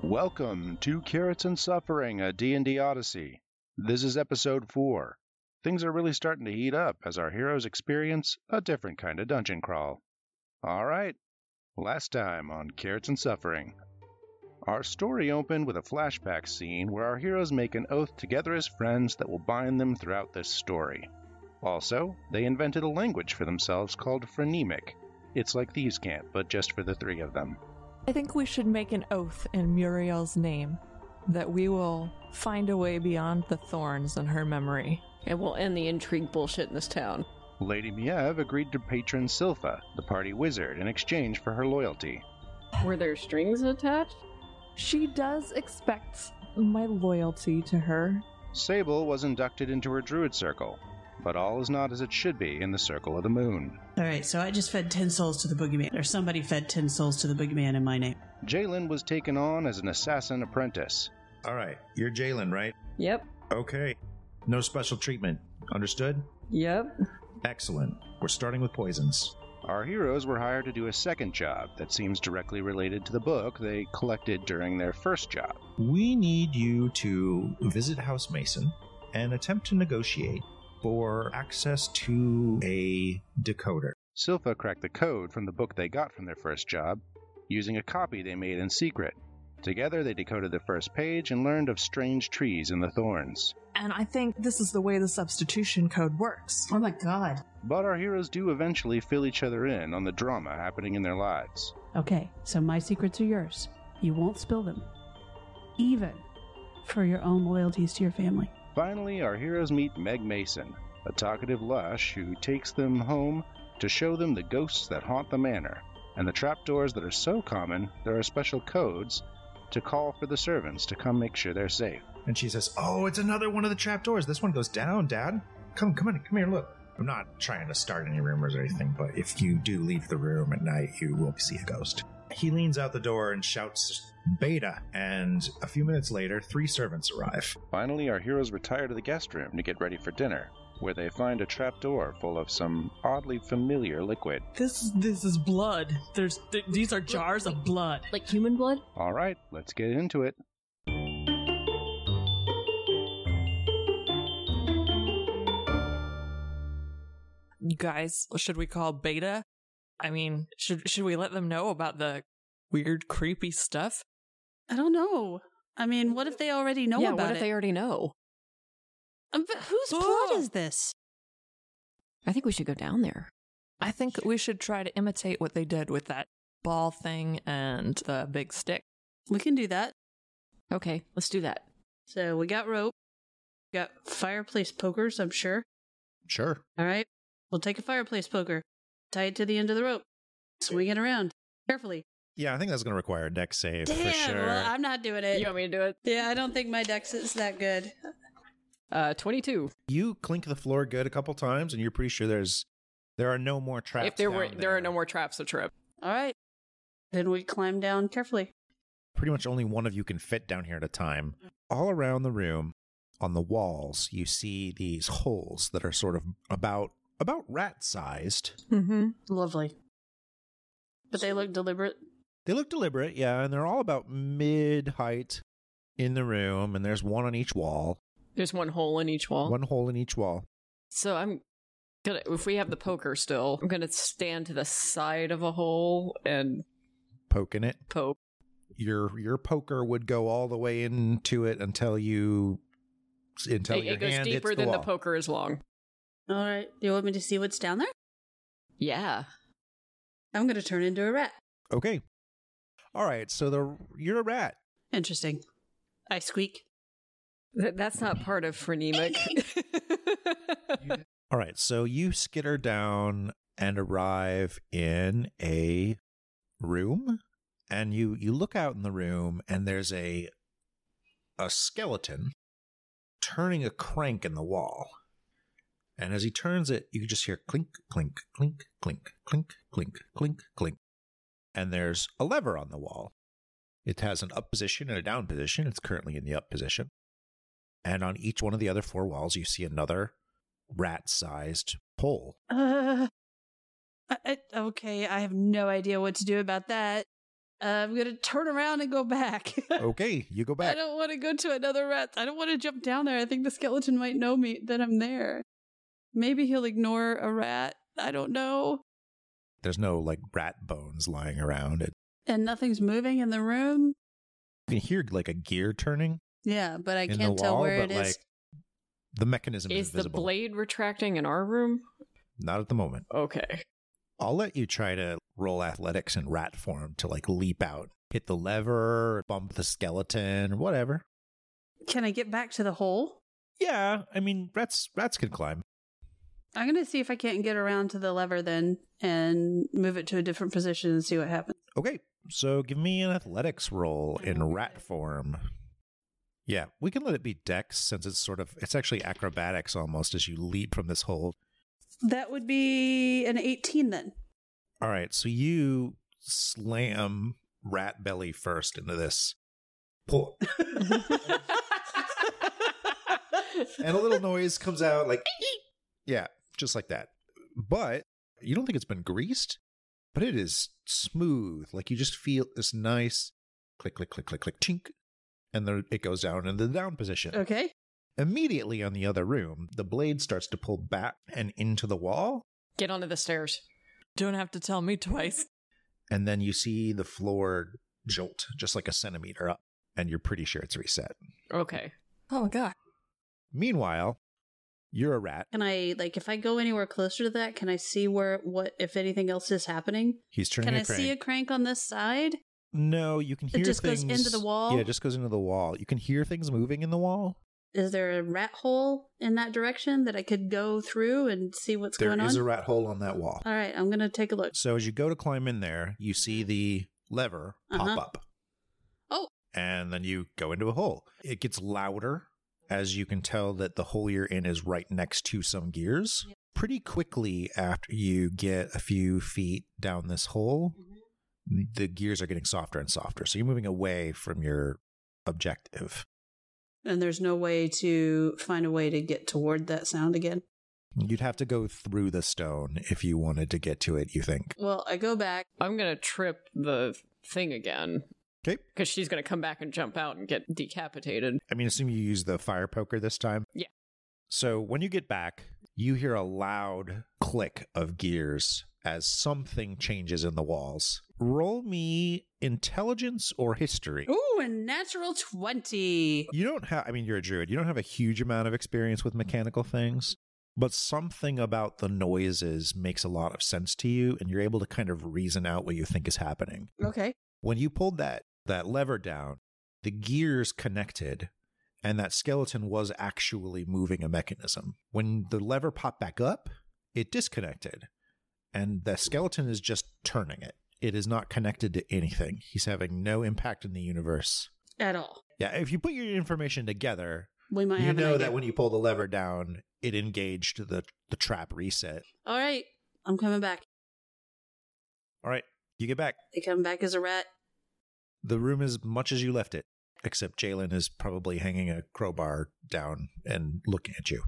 Welcome to Carrots and Suffering, a D&D Odyssey. This is episode 4. Things are really starting to heat up as our heroes experience a different kind of dungeon crawl. All right. Last time on Carrots and Suffering. Our story opened with a flashback scene where our heroes make an oath together as friends that will bind them throughout this story. Also, they invented a language for themselves called phrenemic. It's like these camp, but just for the three of them. I think we should make an oath in Muriel's name that we will find a way beyond the thorns in her memory. And we'll end the intrigue bullshit in this town. Lady Miev agreed to patron Silpha, the party wizard, in exchange for her loyalty. Were there strings attached? She does expect my loyalty to her. Sable was inducted into her druid circle, but all is not as it should be in the Circle of the Moon. All right, so I just fed 10 souls to the boogeyman, or somebody fed 10 souls to the boogeyman in my name. Jalen was taken on as an assassin apprentice. All right, you're Jalen, right? Yep. Okay. No special treatment. Understood? Yep. Excellent. We're starting with poisons. Our heroes were hired to do a second job that seems directly related to the book they collected during their first job. We need you to visit House Mason and attempt to negotiate for access to a decoder. Silpha cracked the code from the book they got from their first job, using a copy they made in secret. Together, they decoded the first page and learned of strange trees in the thorns. And I think this is the way the substitution code works. Oh my god. But our heroes do eventually fill each other in on the drama happening in their lives. Okay, so my secrets are yours. You won't spill them, even for your own loyalties to your family. Finally, our heroes meet Meg Mason, a talkative lush who takes them home to show them the ghosts that haunt the manor and the trapdoors that are so common there are special codes to call for the servants to come make sure they're safe. And she says, Oh, it's another one of the trapdoors. This one goes down, Dad. Come, come on, come here, look. I'm not trying to start any rumors or anything, but if you do leave the room at night, you will see a ghost. He leans out the door and shouts, Beta! And a few minutes later, three servants arrive. Finally, our heroes retire to the guest room to get ready for dinner, where they find a trapdoor full of some oddly familiar liquid. This is this is blood. There's th- these are jars of blood. Like human blood? All right, let's get into it. You guys, should we call Beta? I mean, should should we let them know about the weird creepy stuff? I don't know. I mean, what if they already know yeah, about what if it? they already know? Um, but whose Oh. plot is this? I think we should go down there. I think we should try to imitate what they did with that ball thing and the big stick. We can do that. Okay, let's do that. So we got rope, got fireplace pokers. I'm sure. Sure. All right, we'll take a fireplace poker, tie it to the end of the rope, swing it around carefully. Yeah, I think that's going to require a deck save Damn, well, I'm not doing it. You want me to do it? yeah, I don't think my dex is that good. Uh, 22. you clink the floor good a couple times, and you're pretty sure there's there are no more traps. if there were down there. are no more traps to trip. All right, then we climb down carefully. pretty much only one of you can fit down here at a time. All around the room, on the walls, you see these holes that are sort of about about rat sized. Mm-hmm. Lovely. But they look deliberate. They look deliberate, yeah, and they're all about mid height in the room, and there's one on each wall, There's one hole in each wall. one hole in each wall. So I'm gonna if we have the poker still, I'm gonna stand to the side of a hole and Poking it, poke. your your poker would go all the way into it until you until It, your it goes hand deeper hits the than wall. the poker is long. All right. Do you want me to see what's down there? Yeah. I'm going to turn into a rat. Okay, all right. So the you're a rat. Interesting. I squeak. Th- that's not part of phrenemic. All right, so you skitter down and arrive in a room and you you look out in the room and there's a a skeleton turning a crank in the wall. And as he turns it, you just hear clink clink clink clink clink clink clink clink. And there's a lever on the wall. It has an up position and a down position. It's currently in the up position. And on each one of the other four walls, you see another rat sized hole. Uh, I, I, okay. I have no idea what to do about that. Uh, I'm gonna turn around and go back. Okay, you go I back. don't want to go to another rat. I don't want to jump down there. I think the skeleton might know me that I'm there. Maybe he'll ignore a rat. I don't know. There's no like rat bones lying around. It, And nothing's moving in the room. you can hear like a gear turning Yeah, but I in can't the tell wall, where but it is. like the mechanism is, Is the visible. blade retracting in our room? Not at the moment. Okay. I'll let you try to roll athletics in rat form to like leap out, hit the lever, bump the skeleton, whatever. Can I get back to the hole? Yeah, I mean rats rats can climb. I'm gonna see if I can't get around to the lever then and move it to a different position and see what happens. Okay, so give me an athletics roll in rat form. Yeah, we can let it be dex since it's sort of it's actually acrobatics almost as you leap from this hole That would be an 18 then. All right, so you slam rat belly first into this pull, and a little noise comes out like, yeah, just like that. But you don't think it's been greased, but it is smooth. Like you just feel this nice click, click, click, click, click, chink, and then it goes down into the down position. okay. Immediately on the other room, the blade starts to pull back and into the wall, Get onto the stairs. Don't have to tell me twice. and then you see the floor jolt just like a centimeter up, and you're pretty sure it's reset. Okay. Oh my god. Meanwhile, you're a rat. Can I like if I go anywhere closer to that, can I see where what if anything else is happening? He's turning. Can a I see a crank. crank on this side? No, you can It hear. just goes things, into the wall? Yeah, it just goes into the wall. You can hear things moving in the wall. Is there a rat hole in that direction that I could go through and see what's There going is on? a rat hole on that wall. All right, I'm gonna take a look. So as you go to climb in there, you see the lever Uh-huh. pop up. Oh. And then you go into a hole. It gets louder as you can tell that the hole you're in is right next to some gears. Pretty quickly after you get a few feet down this hole, Mm-hmm. the gears are getting softer and softer. So you're moving away from your objective. And there's no way to find a way to get toward that sound again. You'd have to go through the stone if you wanted to get to it, you think. Well, I go back. I'm gonna trip the thing again. 'Kay. Because she's gonna come back and jump out and get decapitated. I mean, assume you use the fire poker this time. Yeah. So when you get back, you hear a loud click of gears as something changes in the walls. Roll me intelligence or history. Ooh, a natural 20. You don't have, I mean, you're a druid. You don't have a huge amount of experience with mechanical things, but something about the noises makes a lot of sense to you, and you're able to kind of reason out what you think is happening. Okay. when you pulled that that lever down the gears connected and that skeleton was actually moving a mechanism when the lever popped back up it disconnected and the skeleton is just turning it it is not connected to anything he's having no impact in the universe At all. yeah if you put your information together We might you have an know idea. that when you pull the lever down it engaged the the trap reset All right, I'm coming back. all right you get back They come back as a rat. The room is much as you left it, except Jalen is probably hanging a crowbar down and looking at you.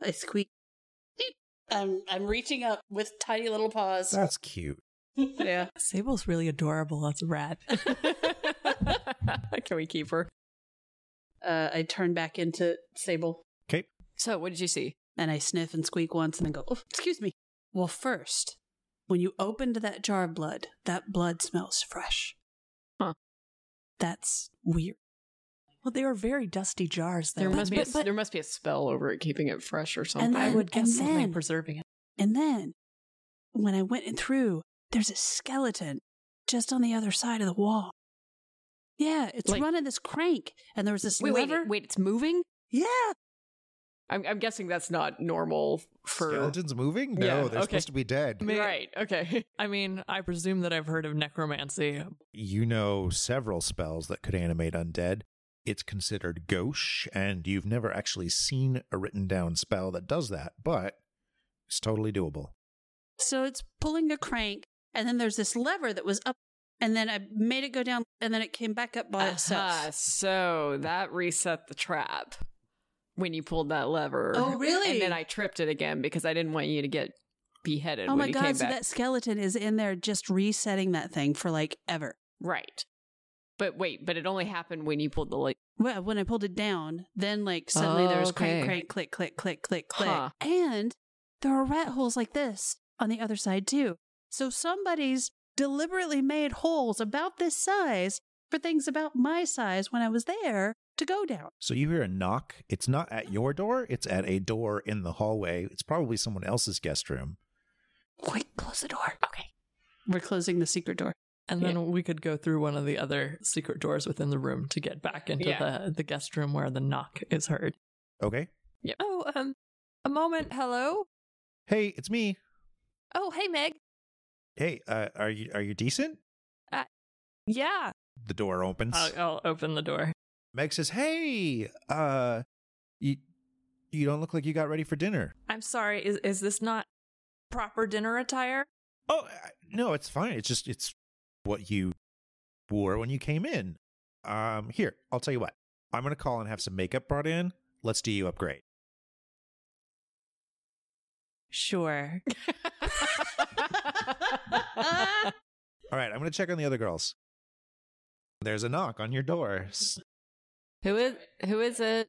I squeak. Eep. I'm I'm reaching up with tiny little paws. That's cute. yeah. Sable's really adorable as a rat. Can we keep her? Uh, I turn back into Sable Okay. So what did you see? and I sniff and squeak once and then go, oh, excuse me. Well, first, when you opened that jar of blood, that blood smells fresh. Huh. That's weird. well, they were very dusty jars. There though. must be But- a, but- there must be a spell over it keeping it fresh or something. I would And guess something then- preserving it. And then, when I went in through, there's a skeleton just on the other side of the wall. Yeah, it's Like- running this crank, and there was this wait, lever. wait, wait, it's moving? Yeah, I'm, I'm guessing that's not normal for Skeletons moving? No, Yeah, they're okay. supposed to be dead. May- Right, okay. I mean, I presume that I've heard of necromancy. You know several spells that could animate undead. It's considered gauche, and you've never actually seen a written down spell that does that, but it's totally doable. So it's pulling a crank, and then there's this lever that was up, and then I made it go down, and then it came back up by Aha, itself. so that reset the trap when you pulled that lever. Oh, really? And then I tripped it again because I didn't want you to get beheaded Oh when my you came god! So back. that skeleton is in there just resetting that thing for like ever. Right. But wait, but it only happened when you pulled the light. Well, when I pulled it down, then like suddenly there was Okay. crank, crank, click, click, click, click, click. Huh. And there are rat holes like this on the other side too. So somebody's deliberately made holes about this size for things about my size when I was there to go down. So you hear a knock. It's not at your door, it's at a door in the hallway. It's probably someone else's guest room. Quick, close the door. Okay. We're closing the secret door. And then we could go through one of the other secret doors within the room to get back into Yeah. the, the guest room where the knock is heard. Okay. Oh, um, a moment. Hello? Hey, it's me. Oh, hey, Meg. Hey, uh, are you are you decent? Uh, Yeah. The door opens. I'll, I'll open the door. Meg says, "Hey, uh, you you don't look like you got ready for dinner." I'm sorry. Is, is this not proper dinner attire? Oh I- no, it's fine. It's just it's what you wore when you came in. Um, here, I'll tell you what. I'm gonna call and have some makeup brought in. Let's do you upgrade. Sure. All right, I'm gonna check on the other girls. There's a knock on your door. S- who is who is it?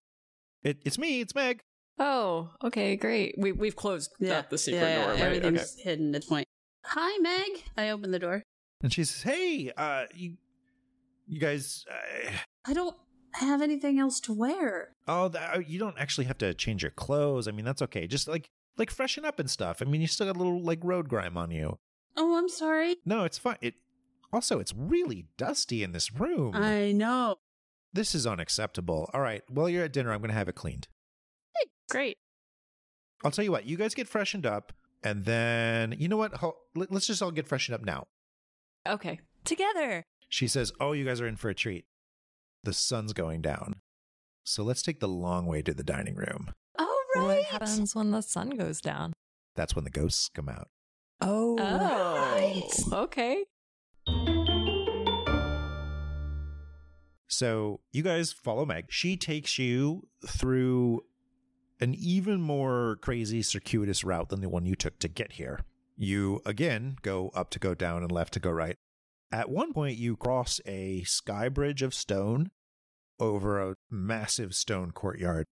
It, it's me. It's Meg. Oh, okay, great. We we've closed the, the secret door, right? Okay. Everything's hidden at this point. Hi, Meg. I open the door. And she says, "Hey, uh, you, you guys, uh, I don't have anything else to wear. oh, that, uh, you don't actually have to change your clothes. I mean, that's okay. Just like, like freshen up and stuff. I mean, you still got a little like road grime on you. Oh, I'm sorry. No, it's fine. It also, it's really dusty in this room. I know. this is unacceptable. All right, while you're at dinner, I'm gonna have it cleaned. Great. I'll tell you what. You guys get freshened up, and then you know what? Ho- let- Let's just all get freshened up now. Okay. Together. She says, Oh, you guys are in for a treat. The sun's going down. So let's take the long way to the dining room. Oh, What right. happens when the sun goes down? That's when the ghosts come out. Oh. Okay. So you guys follow Meg. She takes you through an even more crazy, circuitous route than the one you took to get here. You again go up to go down and left to go right. At one point, you cross a sky bridge of stone over a massive stone courtyard.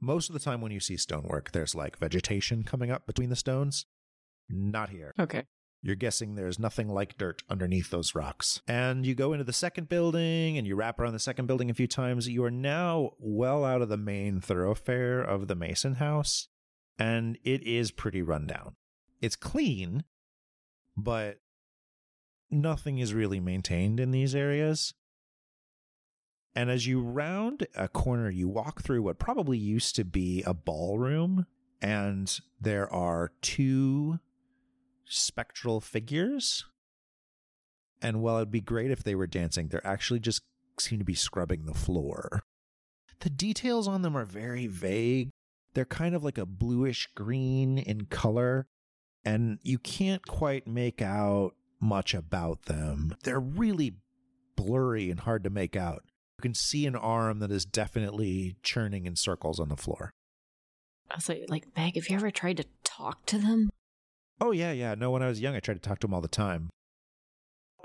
Most of the time, when you see stonework, there's like vegetation coming up between the stones. Not here. Okay. You're guessing there's nothing like dirt underneath those rocks. And you go into the second building and you wrap around the second building a few times. You are now well out of the main thoroughfare of the Mason house, and it is pretty rundown. It's clean, but nothing is really maintained in these areas. And as you round a corner, you walk through what probably used to be a ballroom, and there are two spectral figures. And while it'd be great if they were dancing, they're actually just seem to be scrubbing the floor. The details on them are very vague. They're kind of like a bluish green in color, and you can't quite make out much about them. They're really blurry and hard to make out. You can see an arm that is definitely churning in circles on the floor. I was like, like Meg, have you ever tried to talk to them? Oh yeah, yeah. No, when I was young, I tried to talk to them all the time.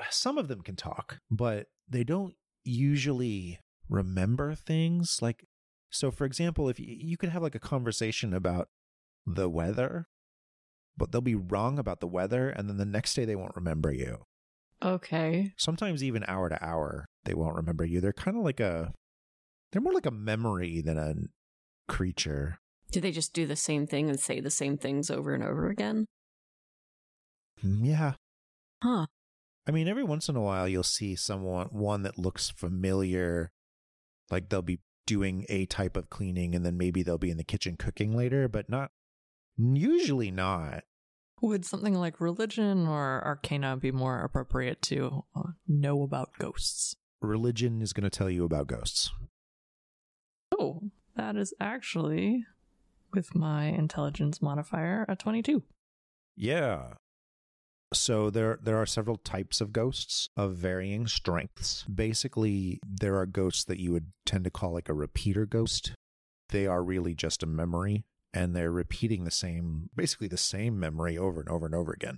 Some of them can talk, but they don't usually remember things. Like, so for example, if you, you could have like a conversation about the weather, but they'll be wrong about the weather, and then the next day they won't remember you. Okay. Sometimes even hour to hour, they won't remember you. They're kind of like a, they're more like a memory than a creature. Do they just do the same thing and say the same things over and over again? Mm, Yeah, Huh. I mean, every once in a while you'll see someone one that looks familiar, like they'll be doing a type of cleaning, and then maybe they'll be in the kitchen cooking later, but not usually not. Would something like religion or arcana be more appropriate to uh, know about ghosts? Religion is going to tell you about ghosts. Oh, that is actually, with my intelligence modifier, a 22. Yeah. So there there are several types of ghosts of varying strengths. Basically, there are ghosts that you would tend to call like a repeater ghost. They are really just a memory and they're repeating the same basically the same memory over and over and over again.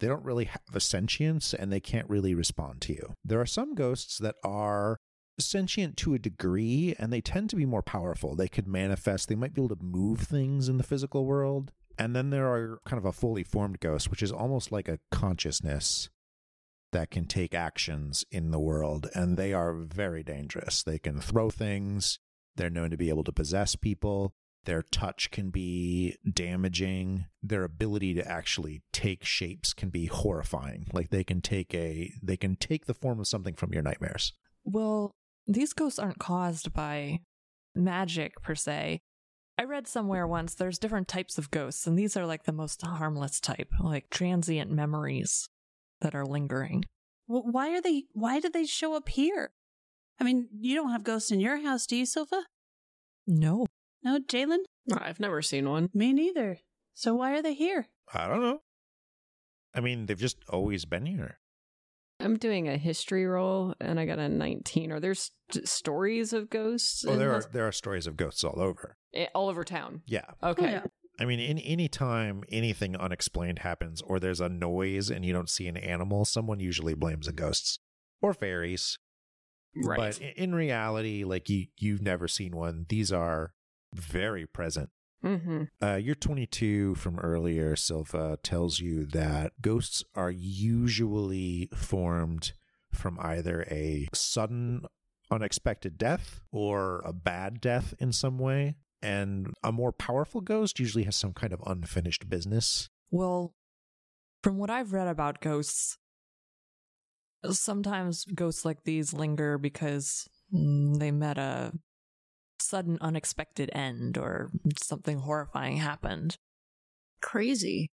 They don't really have a sentience and they can't really respond to you. There are some ghosts that are sentient to a degree and they tend to be more powerful. They could manifest, they might be able to move things in the physical world. And then there are kind of a fully formed ghost, which is almost like a consciousness that can take actions in the world. And they are very dangerous. They can throw things, they're known to be able to possess people. Their touch can be damaging. Their ability to actually take shapes can be horrifying. Like they can take a they can take the form of something from your nightmares. Well, these ghosts aren't caused by magic per se. I read somewhere once there's different types of ghosts, and these are like the most harmless type, like transient memories that are lingering. Well, why are they? Why do they show up here? I mean, you don't have ghosts in your house, do you, Silva? No. No, Jalen. I've never seen one. Me neither. So why are they here? I don't know. I mean, they've just always been here. I'm doing a history roll and I got a 19. Are there st- stories of ghosts? Oh, in there are this- there are stories of ghosts all over. Eh, all over town. Yeah. Okay. yeah. I mean, in any time anything unexplained happens or there's a noise and you don't see an animal, someone usually blames the ghosts or fairies. Right. But i- in reality, like you you've never seen one. These are very present. mm-hmm. Uh, your 22 from earlier, Silva, tells you that ghosts are usually formed from either a sudden, unexpected death or a bad death in some way. And a more powerful ghost usually has some kind of unfinished business. Well, from what I've read about ghosts, sometimes ghosts like these linger because mm, they met a sudden unexpected end or something horrifying happened. Crazy.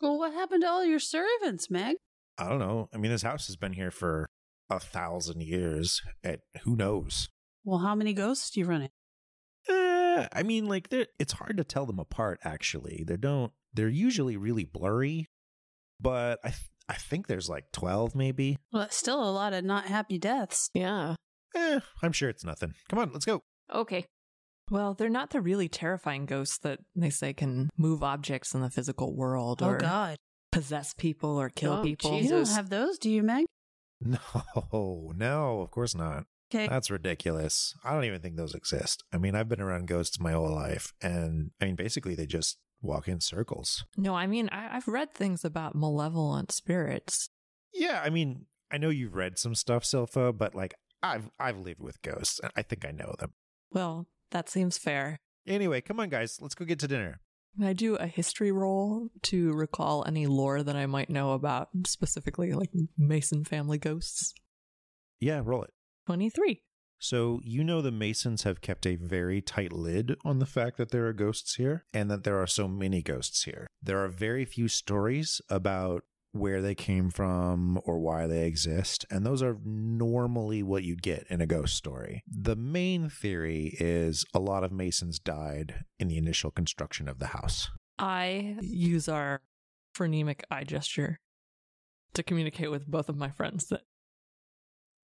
Well, what happened to all your servants, Meg? I don't know. I mean, this house has been here for a thousand years. And who knows? Well, how many ghosts do you run in? Uh, I mean, like they're it's hard to tell them apart. Actually, they don't. They're usually really blurry, but I th- I think there's like twelve, maybe. Well, it's still a lot of not happy deaths. Yeah. Eh, I'm sure it's nothing. Come on, let's go. Okay. Well, they're not the really terrifying ghosts that they say can move objects in the physical world Oh or God, possess people or kill Oh, people. you don't Jesus. have those, do you, Meg? No, no, of course not. Okay, That's ridiculous. I don't even think those exist. I mean, I've been around ghosts my whole life, and I mean, basically, they just walk in circles. No, I mean, I- I've read things about malevolent spirits. Yeah, I mean, I know you've read some stuff, Silpha, but like, I've I've lived with ghosts, and I think I know them. Well, that seems fair. Anyway, come on, guys, let's go get to dinner. Can I do a history roll to recall any lore that I might know about, specifically like Mason family ghosts? Yeah, roll it. 23. So, you know, the Masons have kept a very tight lid on the fact that there are ghosts here and that there are so many ghosts here. There are very few stories about where they came from or why they exist, and those are normally what you'd get in a ghost story. The main theory is a lot of Masons died in the initial construction of the house. I use our phrenemic eye gesture to communicate with both of my friends that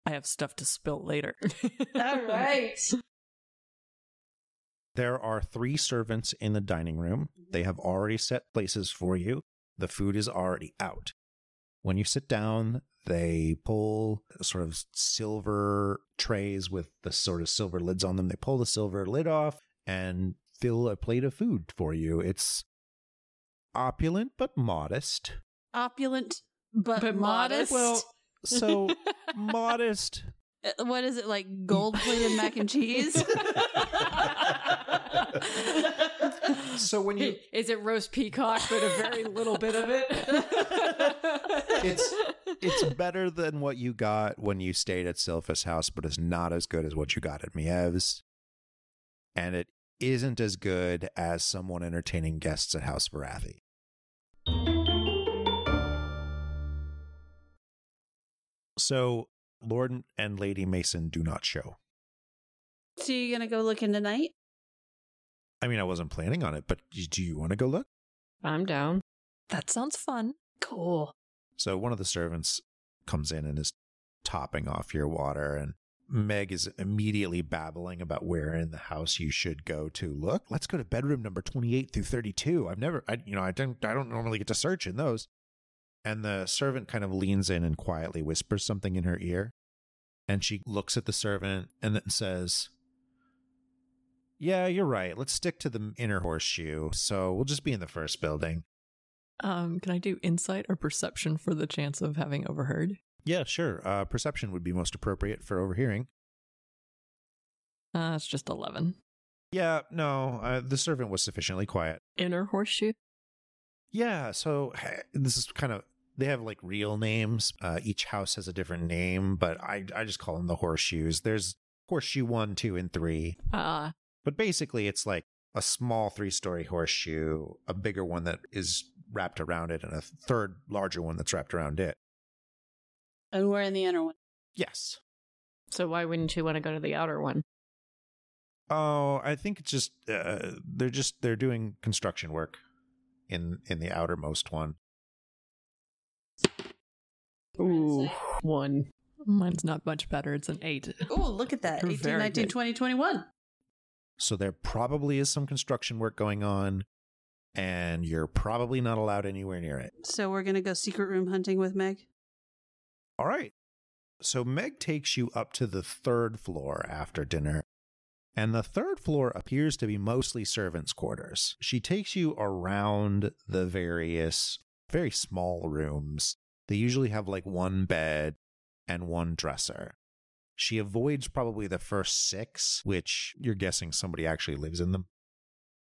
I have stuff to spill later. All right. There are three servants in the dining room. They have already set places for you. The food is already out. When you sit down, they pull sort of silver trays with the sort of silver lids on them. They pull the silver lid off and fill a plate of food for you. It's opulent but modest. opulent but, But modest. modest. Well- So modest. Uh, what is it like? Gold plated mac and cheese. So when you Is it roast peacock, but a very little bit of it? It's- it's better than what you got when you stayed at Sylphus House, but it's not as good as what you got at Miev's. And it isn't as good as someone entertaining guests at House Varathi. So, Lord and Lady Mason do not show. so you gonna go looking tonight? I mean, I wasn't planning on it, but do you want to go look? I'm down. that sounds fun. Cool. So one of the servants comes in and is topping off your water and Meg is immediately babbling about where in the house you should go to look. Let's go to bedroom number 28 through 32. I've never I you know I don't I don't normally get to search in those. And the servant kind of leans in and quietly whispers something in her ear. And she looks at the servant and then says, Yeah, you're right. Let's stick to the inner horseshoe. So we'll just be in the first building. Um, can I do insight or perception for the chance of having overheard? Yeah, sure. Uh, perception would be most appropriate for overhearing. Uh, it's just 11. Yeah, no, uh, the servant was sufficiently quiet. Inner horseshoe. Yeah, so eh, this is kind of they have like real names. Uh, each house has a different name, but I I just call them the horseshoes. There's horseshoe one, two, and three. Ah, But basically, it's like a small three-story horseshoe, a bigger one that is wrapped around it, and a third larger one that's wrapped around it. And we're in the inner one. Yes. so why wouldn't you want to go to the outer one? Oh, I think it's just uh, they're just they're doing construction work in in the outermost one. Ooh, one. Mine's not much better. It's an 8. Oh, look at that. You're 18, very 19, good. 20, 21. So there probably is some construction work going on, and you're probably not allowed anywhere near it. So we're going to go secret room hunting with Meg. All right. So Meg takes you up to the third floor after dinner. And the third floor appears to be mostly servants' quarters. She takes you around the various, very small rooms. They usually have like one bed and one dresser. She avoids probably the first six, which you're guessing somebody actually lives in them.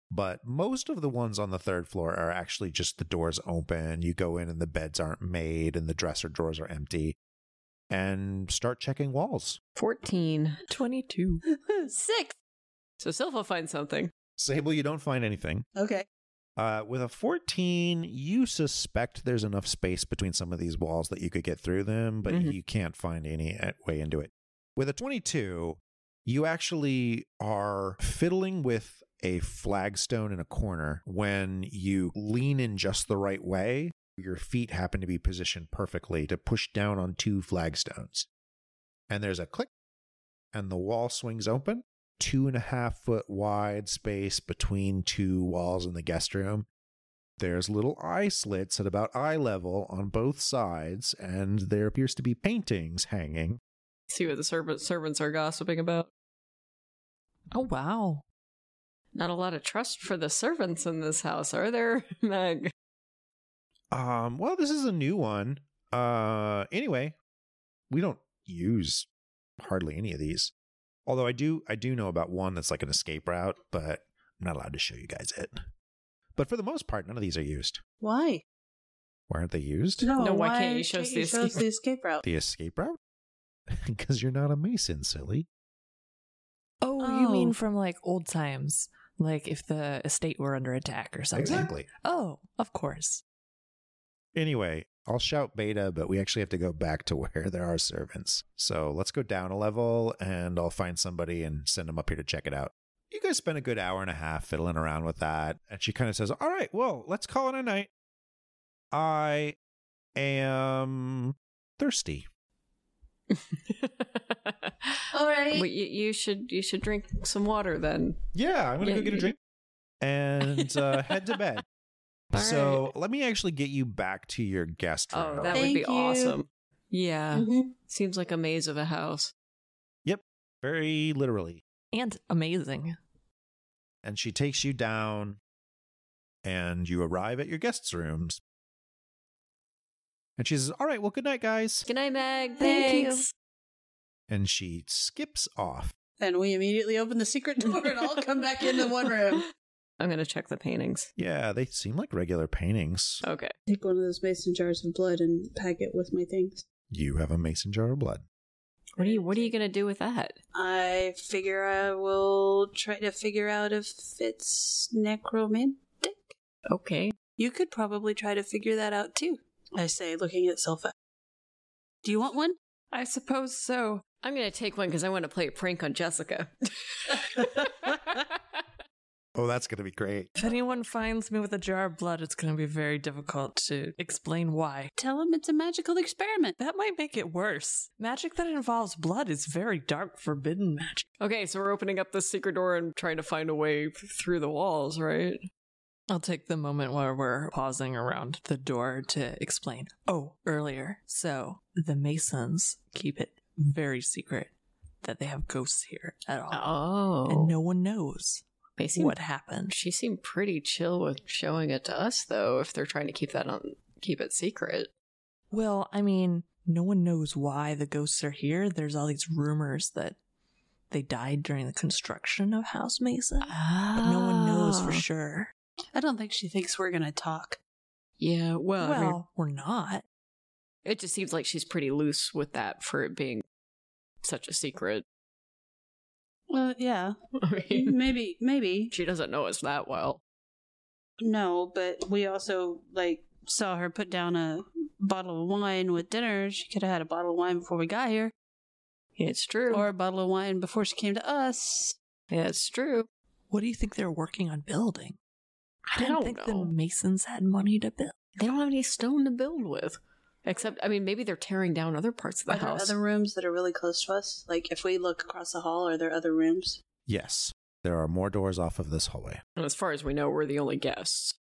But most of the ones on the third floor are actually just the doors open. You go in and the beds aren't made and the dresser drawers are empty. And start checking walls. 14. 22. Six. So Silva finds something. Sable, you don't find anything. Okay. Uh, with a 14, you suspect there's enough space between some of these walls that you could get through them, but Mhm. you can't find any uh, way into it. With a 22, you actually are fiddling with a flagstone in a corner when you lean in just the right way. Your feet happen to be positioned perfectly to push down on two flagstones. And there's a click, and the wall swings open two and a half foot wide space between two walls in the guest room. There's little eye slits at about eye level on both sides, and there appears to be paintings hanging. See what the servant, servants are gossiping about. Oh, wow. Not a lot of trust for the servants in this house, are there, Meg? Um, well, this is a new one. Uh, anyway, we don't use hardly any of these. Although I do, I do know about one that's like an escape route, but I'm not allowed to show you guys it. But for the most part, none of these are used. Why? Why aren't they used? No, why can't you show us the show us escape- the escape route? The escape route? Because you're not a mason, silly. Oh, you mean Oh. from like old times? Like if the estate were under attack or something? Oh, of course. Anyway, I'll shout beta, but we actually have to go back to where there are servants. So let's go down a level and I'll find somebody and send them up here to check it out. You guys spend a good hour and a half fiddling around with that. And she kind of says, All right, well, let's call it a night. I am thirsty. All right. But you, you should you should drink some water then. Yeah, I'm going to Yeah, go get a you- drink and uh, head to bed. All so right. let me actually get you back to your guest room. Oh, that Thank would be you. awesome. Yeah, Mhm. seems like a maze of a house. very literally. And amazing. and she takes you down and you arrive at your guests' rooms. And she says, All right, well, good night, guys. Good night, Meg. Thank you. Thanks. And she skips off. And we immediately open the secret door and all come back into one room. I'm gonna check the paintings. Yeah, they seem like regular paintings. Okay. Take one of those mason jars of blood and pack it with my things. You have a mason jar of blood. What are you What are you gonna do with that? I figure I will try to figure out if it's necromantic. Okay. You could probably try to figure that out too. I say, looking at Silpha. Do you want one? I suppose so. I'm gonna take one because I want to play a prank on Jessica. Oh, that's going to be great. If anyone finds me with a jar of blood, it's going to be very difficult to explain why. Tell him it's a magical experiment. That might make it worse. Magic that involves blood is very dark, forbidden magic. okay, so we're opening up the secret door and trying to find a way through the walls, right? I'll take the moment where we're pausing around the door to explain. Oh, earlier. So the Masons keep it very secret that they have ghosts here at all. Oh. And no one knows they seem, what happened. She seemed pretty chill with showing it to us, though, if they're trying to keep that on, keep it secret. Well, I mean, no one knows why the ghosts are here. There's all these rumors that they died during the construction of House Mason, Ah. but no one knows for Ah. sure. I don't think she thinks we're going to talk. Yeah, well, I mean, well, we're not. it just seems like she's pretty loose with that for it being such a secret. Well, yeah. I mean, maybe, maybe. she doesn't know us that well. No, but we also, like, saw her put down a bottle of wine with dinner. She could have had a bottle of wine before we got here, It's true. or a bottle of wine before she came to us. yeah, it's true. What do you think they're working on building? I didn't don't think know. the Masons had money to build. They don't have any stone to build with. Except, I mean, maybe they're tearing down other parts of the Are there house. other rooms that are really close to us? Like, if we look across the hall, are there other rooms? Yes, there are more doors off of this hallway. and as far as we know, we're the only guests.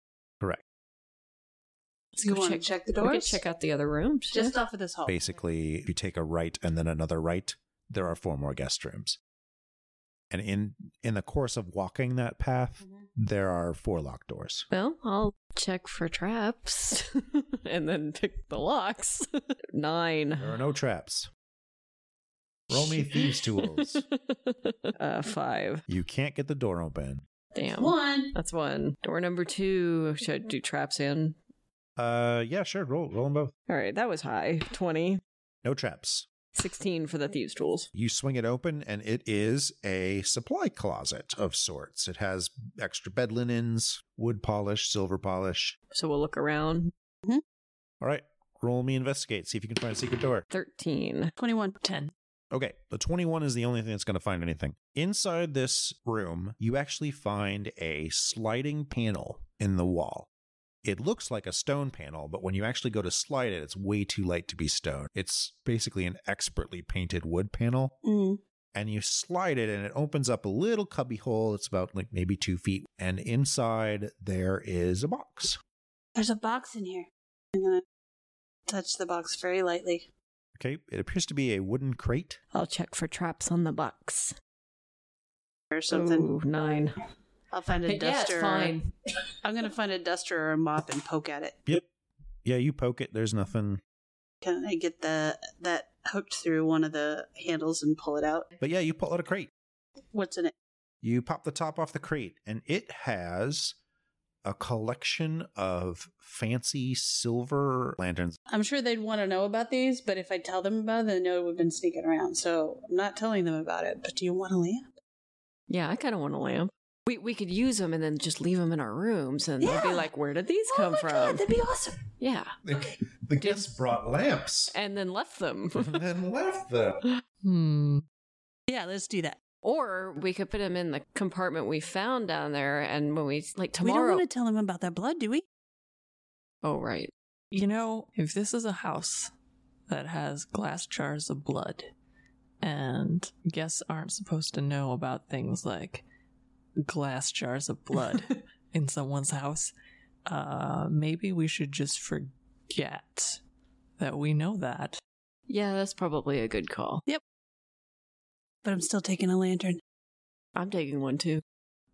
Correct. Let's you go want check, to check the we doors? could check out the other rooms. Just off of this hall. Basically, if you take a right and then another right, there are four more guest rooms. And in in the course of walking that path, there are four locked doors. Well, I'll check for traps and then pick the locks. Nine. There are no traps. Roll me thieves' tools. uh, five. You can't get the door open. Damn. One. That's one. Door number two. Should I do traps in? Uh, yeah, sure. Roll, roll them both. All right, that was high. 20. No traps. 16 for the thieves' tools. You swing it open, and it is a supply closet of sorts. It has extra bed linens, wood polish, silver polish. So we'll look around. All right, roll me investigate. See if you can find a secret door. 13. 21. 10. Okay, the 21 is the only thing that's going to find anything. Inside this room, you actually find a sliding panel in the wall. It looks like a stone panel, but when you actually go to slide it, it's way too light to be stone. It's basically an expertly painted wood panel, Mm. and you slide it, and it opens up a little cubby hole. It's about like maybe two feet, and inside there is a box. There's a box in here. I'm going to touch the box very lightly. Okay, it appears to be a wooden crate. I'll check for traps on the box. Or something. Ooh, nine. I'll find a But yeah, it's duster. or- fine. I'm going to find a duster or a mop and poke at it. Yep. Yeah, you poke it. There's nothing. Can I get the that hooked through one of the handles and pull it out? But yeah, you pull out a crate. What's in it? You pop the top off the crate, and it has a collection of fancy silver lanterns. I'm sure they'd want to know about these, but if I tell them about it, they know we've been sneaking around. So I'm not telling them about it. But do you want a lamp? Yeah, I kind of want a lamp. We, we could use them and then just leave them in our rooms, and they'll be Yeah. like, "Where did these come from?" be awesome. yeah, The, the guests brought lamps and then left them. then left them. Hmm. Yeah, let's do that. or we could put them in the compartment we found down there, and when we like tomorrow. We don't want to tell them about that blood, do we? oh right, You know, if this is a house that has glass jars of blood and guests aren't supposed to know about things like glass jars of blood in someone's house, uh, maybe we should just forget that we know that. yeah, that's probably a good call. But I'm still taking a lantern. I'm taking one too.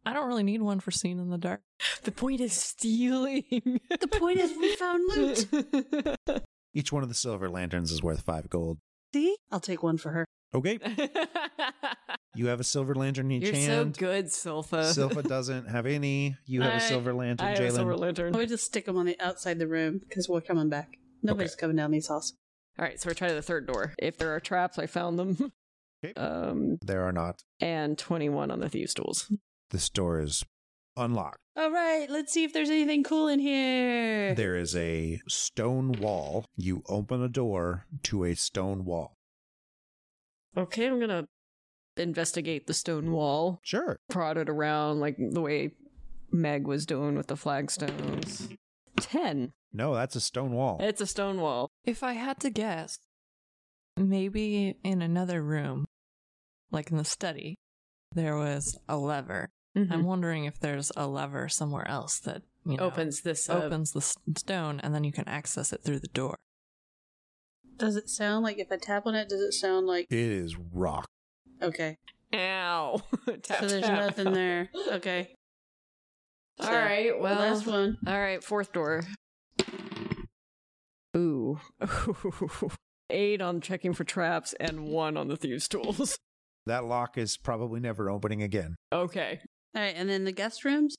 I don't really need one for Seen in the Dark. The point is stealing. The point is, we found loot. Each one of the silver lanterns is worth five gold. See, I'll take one for her. Okay, you have a silver lantern in each You're so hand. good, Silpha. Silva doesn't have any. You have a I- silver lantern, I have a silver Jalen. lantern. We just stick them on the outside the room because we're coming back. Nobody's Okay. coming down these halls. All right, so we're trying to the third door. If there are traps, I found them. Okay. Um, there are not. and 21 on the thieves' tools. This door is unlocked. All right, let's see if there's anything cool in here. There is a stone wall. You open a door to a stone wall. Okay, I'm gonna investigate the stone wall, Sure. prod it around like the way Meg was doing with the flagstones. 10. No, that's a stone wall. It's a stone wall. If I had to guess, maybe in another room, like in the study, there was a lever Mm-hmm. I'm wondering if there's a lever somewhere else that you know, Opens this up. opens the s- stone, and then you can access it through the door. Does it sound like if I tap on it? Does it sound like It is rock. okay? Ow. tap, so there's tap. nothing there. Okay. All So, right. Well, last one. All right. Fourth door. Ooh. Eight on checking for traps and one on the thieves' tools. That lock is probably never opening again. Okay. All right, and then the guest rooms.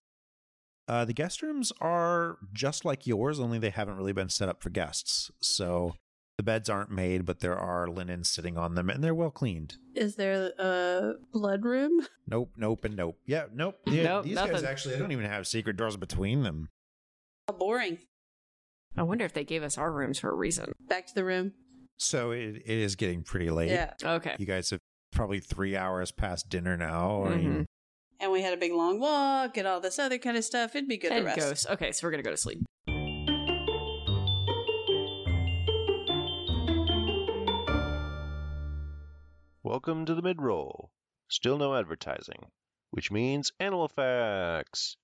Uh, the guest rooms are just like yours, only they haven't really been set up for guests. So the beds aren't made, but there are linen sitting on them, and they're well cleaned. Is there a blood room? Nope, nope, and nope. Yeah, nope. Yeah, Nope, these guys nothing. actually they don't even have secret doors between them. How boring. I wonder if they gave us our rooms for a reason. Back to the room. So it, it is getting pretty late. Yeah, Okay. You guys have probably three hours past dinner now. I mean, Mhm. and we had a big long walk and all this other kind of stuff. It'd be good to and rest. ghosts. Okay, so we're gonna go to sleep. Welcome to the mid-roll. Still no advertising, which means animal facts.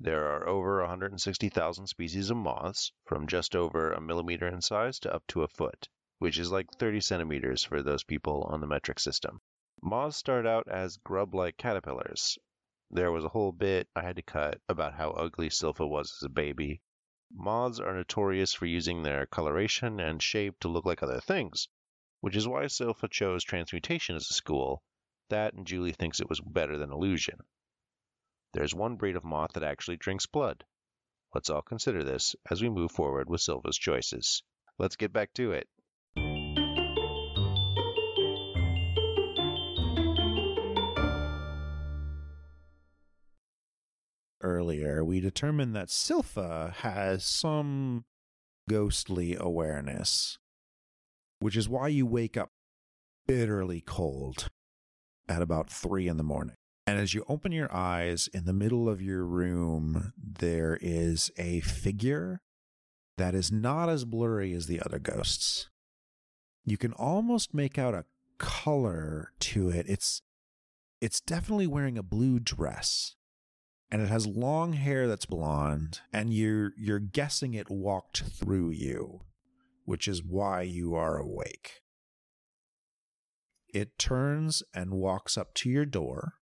There are over 160,000 species of moths, from just over a millimeter in size to up to a foot, which is like 30 centimeters for those people on the metric system. Moths start out as grub-like caterpillars. There was a whole bit I had to cut about how ugly Silpha was as a baby. Moths are notorious for using their coloration and shape to look like other things which is why Silpha chose transmutation as a school. That and Julie thinks it was better than illusion. There's one breed of moth that actually drinks blood. Let's all consider this as we move forward with Silva's choices. Let's get back to it. earlier, we determined that Silpha has some ghostly awareness, which is why you wake up bitterly cold at about three in the morning. And as you open your eyes in the middle of your room, there is a figure that is not as blurry as the other ghosts. You can almost make out a color to it. It's it's definitely wearing a blue dress and it has long hair that's blonde and you're you're guessing it walked through you which is why you are awake it turns and walks up to your door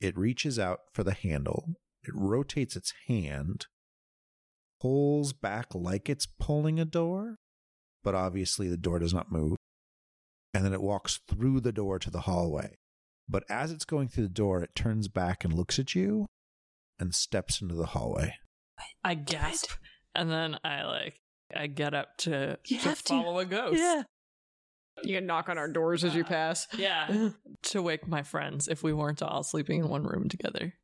it reaches out for the handle it rotates its hand pulls back like it's pulling a door but obviously the door does not move and then it walks through the door to the hallway but as it's going through the door, it turns back and looks at you and steps into the hallway. I gasp, and then I like I get up to, You to have to. follow a ghost. Yeah. You can knock on our doors as you pass. Yeah, to wake my friends if we weren't all sleeping in one room together.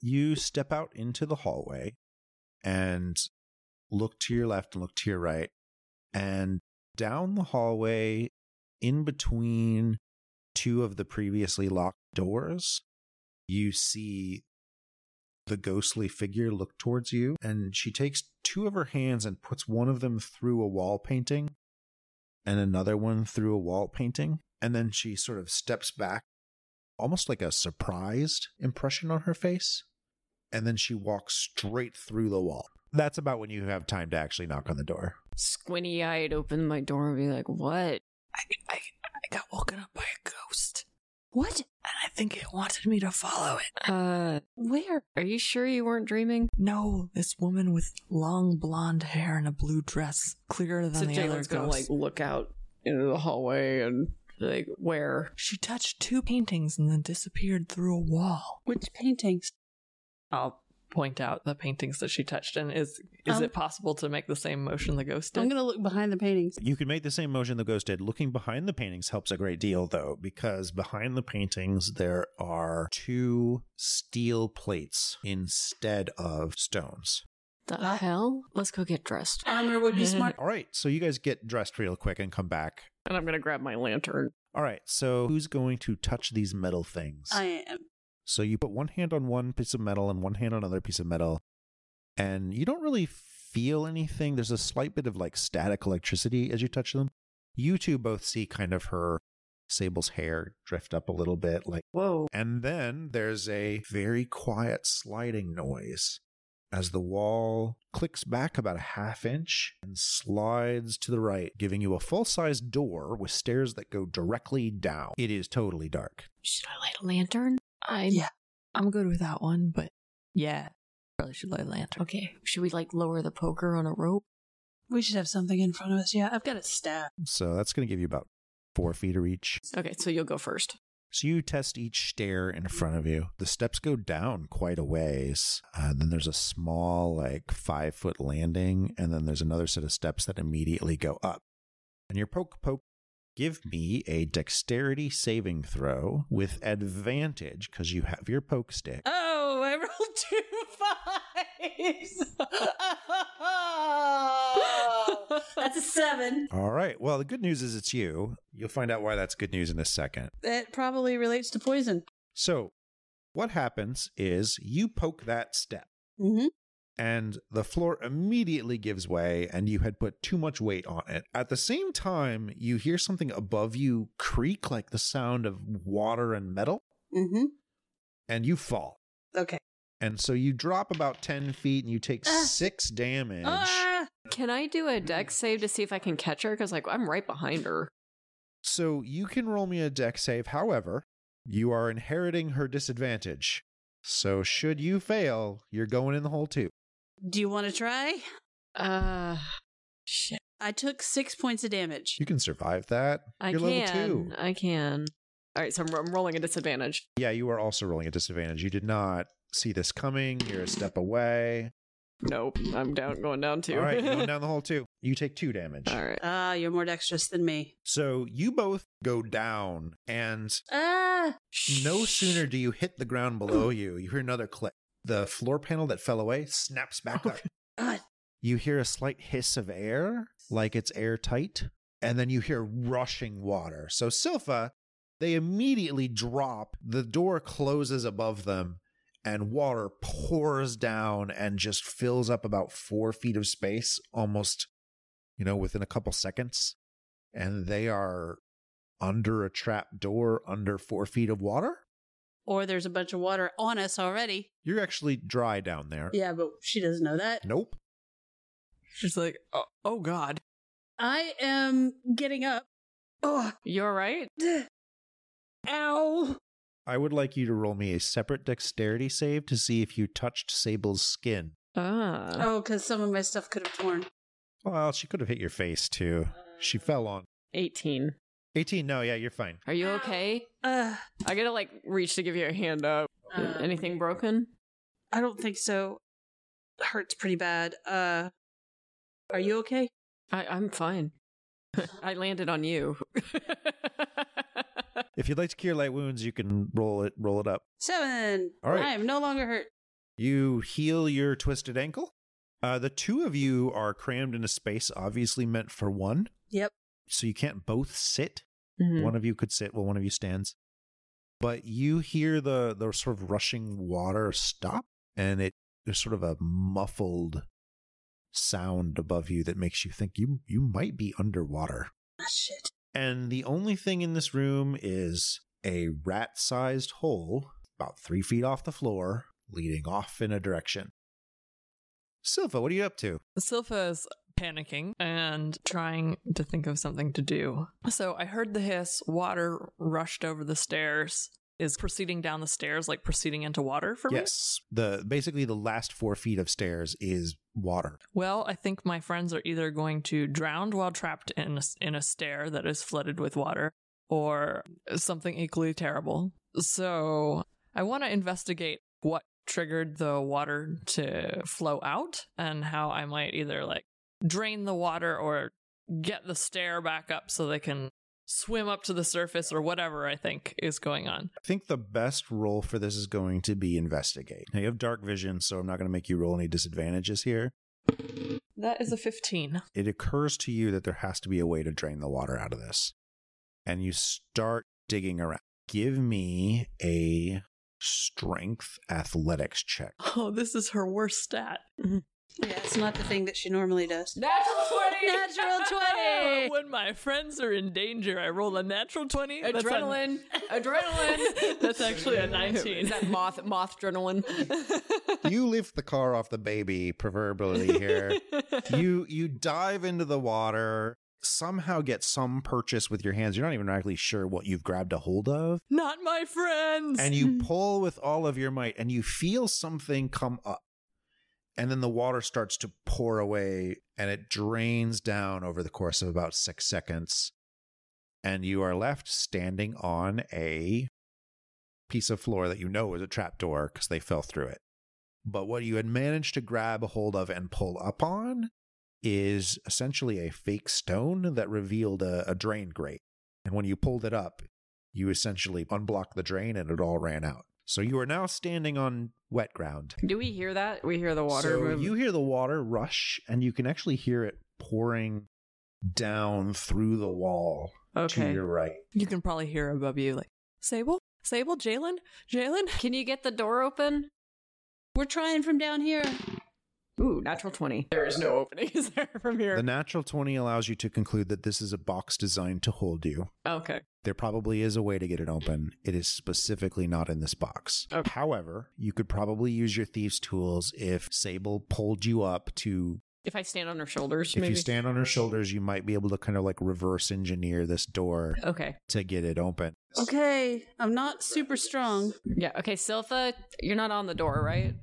You step out into the hallway and look to your left and look to your right. And down the hallway, in between two of the previously locked doors, you see the ghostly figure look towards you. And she takes two of her hands and puts one of them through a wall painting and another one through a wall painting. And then she sort of steps back, almost like a surprised impression on her face. And then she walks straight through the wall. That's about when you have time to actually knock on the door. Squinty eyed, open my door and be like, "What? I, I, I got woken up by a ghost, What? and I think it wanted me to follow it. Uh, Where? are you sure you weren't dreaming?" No, this woman with long blonde hair and a blue dress, clearer than so the other ghosts. Jalen's gonna like look out into the hallway and be like, "Where?" She touched two paintings and then disappeared through a wall. Which paintings? I'll point out the paintings that she touched, and is is Um, it possible to make the same motion the ghost did? I'm gonna look behind the paintings. You can make the same motion the ghost did. Looking behind the paintings helps a great deal, though, because behind the paintings there are two steel plates instead of stones. The hell? Let's go get dressed. Armor would be smart. All right, so you guys get dressed real quick and come back. And I'm gonna grab my lantern. All right, so who's going to touch these metal things? I am. So you put one hand on one piece of metal and one hand on another piece of metal, and you don't really feel anything. There's a slight bit of like static electricity as you touch them. You two both see kind of her Sable's hair drift up a little bit, like, whoa. And then there's a very quiet sliding noise as the wall clicks back about a half inch and slides to the right, giving you a full size door with stairs that go directly down. It is totally dark. Should I light a lantern? I Yeah. I'm good with that one, but yeah, probably should light a lantern. Okay. Should we like lower the poker on a rope? We should have something in front of us. Yeah, I've got a staff. So that's going to give you about four feet of reach. Okay, so you'll go first. So you test each stair in front of you. The steps go down quite a ways. Uh, then there's a small, like five foot landing, and then there's another set of steps that immediately go up. And your poke poke, give me a dexterity saving throw with advantage because you have your poke stick. Oh, I rolled two fives. Oh, that's a seven. All right. Well, the good news is it's you. You'll find out why that's good news in a second. That probably relates to poison. So, what happens is you poke that step. Mm-hmm. and the floor immediately gives way and you had put too much weight on it. At the same time, you hear something above you creak like the sound of water and metal Mm-hmm. and you fall. Okay. And so you drop about 10 feet and you take Ah. 6 damage. Ah! Can I do a deck save to see if I can catch her? Because like I'm right behind her. So you can roll me a deck save. However, you are inheriting her disadvantage. So should you fail, you're going in the hole too. Do you want to try? Uh shit. I took six points of damage. You can survive that. I you're can. level 2. I can. All right, so I'm, I'm rolling a disadvantage. Yeah, you are also rolling a disadvantage. You did not see this coming. You're a step away. Nope, I'm down, going down two. All right, you're going down the hole too. You take two damage. All right. Ah, you're more dexterous than me. So you both go down, and Ah! no sooner do you hit the ground below you, you hear another click. The floor panel that fell away snaps back up. God. You hear a slight hiss of air, like it's airtight, and then you hear rushing water. So Silpha, they immediately drop. The door closes above them, and water pours down and just fills up about four feet of space, almost, you know, within a couple seconds. And they are under a trap door, under four feet of water. Or there's a bunch of water on us already. You're actually dry down there. Yeah, but she doesn't know that. Nope. She's like, oh, oh God. I am getting up. Oh, You all right? ow! I would like you to roll me a separate dexterity save to see if you touched Sable's skin. Ah. Oh, because some of my stuff could have torn. Well, she could have hit your face too. Uh. She fell on 18. 18. No, yeah, you're fine. Are you Ow. okay? Uh, I gotta like reach to give you a hand up. Uh. Um, Anything broken? I don't think so. Hurts pretty bad. Uh, are you okay? I, I'm fine. I landed on you. If you'd like to cure light wounds, you can roll it roll it up. Seven. All right. I am no longer hurt. You heal your twisted ankle. Uh, the two of you are crammed in a space obviously meant for one, Yep. so you can't both sit. Mm-hmm. Mhm. One of you could sit while one of you stands. But you hear the the sort of rushing water stop, and it there's sort of a muffled sound above you that makes you think you you might be underwater. Ah, shit. And the only thing in this room is a rat sized hole about three feet off the floor, leading off in a direction. Silva, what are you up to? Silpha is panicking and trying to think of something to do. So I heard the hiss, water rushed over the stairs, is proceeding down the stairs, like proceeding into water for me. Yes. The basically the last four feet of stairs is water. Well, I think my friends are either going to drown while trapped in a, in a stair that is flooded with water or something equally terrible. So I want to investigate what triggered the water to flow out and how I might either like drain the water or get the stair back up so they can swim up to the surface or whatever I think is going on. I think the best role for this is going to be investigate. Now you have dark vision, so I'm not gonna make you roll any disadvantages here. That is a 15. it occurs to you that there has to be a way to drain the water out of this. And you start digging around. Give me a strength athletics check. Oh, this is her worst stat. Yeah, it's not the thing that she normally does. Natural 20! Natural 20! when my friends are in danger, I roll a natural 20. That's a- adrenaline, adrenaline. That's actually a 19. Is that moth, moth adrenaline? you lift the car off the baby proverbially here you you dive into the water somehow get some purchase with your hands you're not even actually sure what you've grabbed a hold of Not my friends. and you pull with all of your might and you feel something come up and then the water starts to pour away and it drains down over the course of about six seconds and you are left standing on a piece of floor that you know is a trapdoor because they fell through it but what you had managed to grab hold of and pull up on is essentially a fake stone that revealed a, a drain grate and when you pulled it up you essentially unblocked the drain and it all ran out. So you are now standing on wet ground. Do we hear that? We hear the water so move. you hear the water rush and you can actually hear it pouring down through the wall to okay. your right. you can probably hear above you, like, Sable? Sable? Jalen? Jalen? Can you get the door open? We're trying from down here. Ooh, natural 20. There is no opening, is there, from here? The natural 20 allows you to conclude that this is a box designed to hold you. okay. There probably is a way to get it open. It is specifically not in this box. Okay. However, you could probably use your thief's tools if Sable pulled you up to If I stand on her shoulders, if maybe. you stand on her shoulders, you might be able to kind of like reverse engineer this door Okay. to get it open. Okay, I'm not super strong. Yeah. Okay, Silpha, you're not on the door, right?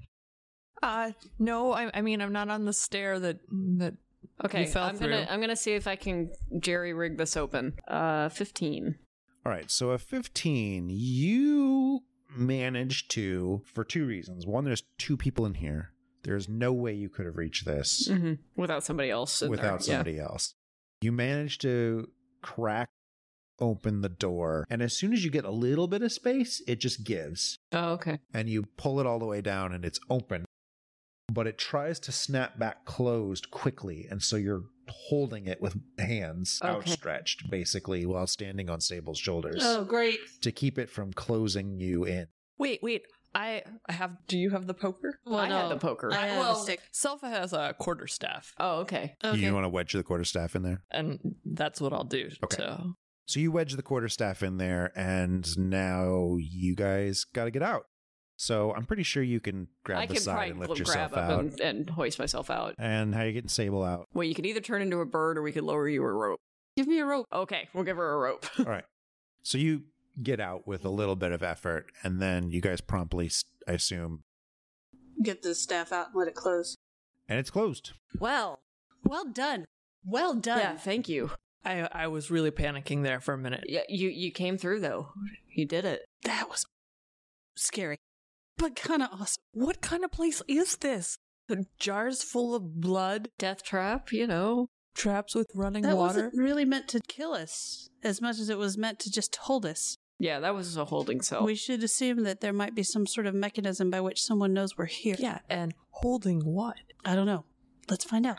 Uh, no, I, I mean, I'm not on the stair that, that Okay. You fell I'm gonna through. I'm gonna see if I can jerry rig this open. Uh, 15. All right, so a 15, you managed to for two reasons. One, there's two people in here. There's no way you could have reached this hmm Without somebody else. in there. without Yeah. somebody else. You managed to crack open the door, and as soon as you get a little bit of space, it just gives. Oh, okay. and you pull it all the way down and it's open but it tries to snap back closed quickly and so you're holding it with hands Okay. outstretched basically while standing on sable's shoulders Oh, great. to keep it from closing you in Wait, wait. I I have. Do you have the poker? Well, I no. had the poker. I have well, a stick. Selfa has a quarter staff, oh, okay. Okay. you want to wedge the quarterstaff in there and that's what I'll do. Okay. So so you wedge the quarterstaff in there and now you guys got to get out so i'm pretty sure you can grab I the can side probably and lift gl- yourself grab up out And, and hoist myself out. and how you getting sable out Well, you can either turn into a bird or we could lower you a rope. Give me a rope. Okay, we'll give her a rope. All right. So you get out with a little bit of effort, and then you guys promptly, s- I assume, Get the staff out and let it close. and it's closed. Well, well done. Well done. yeah, thank you. I I was really panicking there for a minute. Yeah, you you came through though. You did it. That was scary, but kind of awesome. What kind of place is this? The jars full of blood, Death trap, you know. traps with running That water. wasn't really meant to kill us as much as it was meant to just hold us. Yeah, that was a holding cell. We should assume that there might be some sort of mechanism by which someone knows we're here. Yeah, and holding what? I don't know. Let's find out.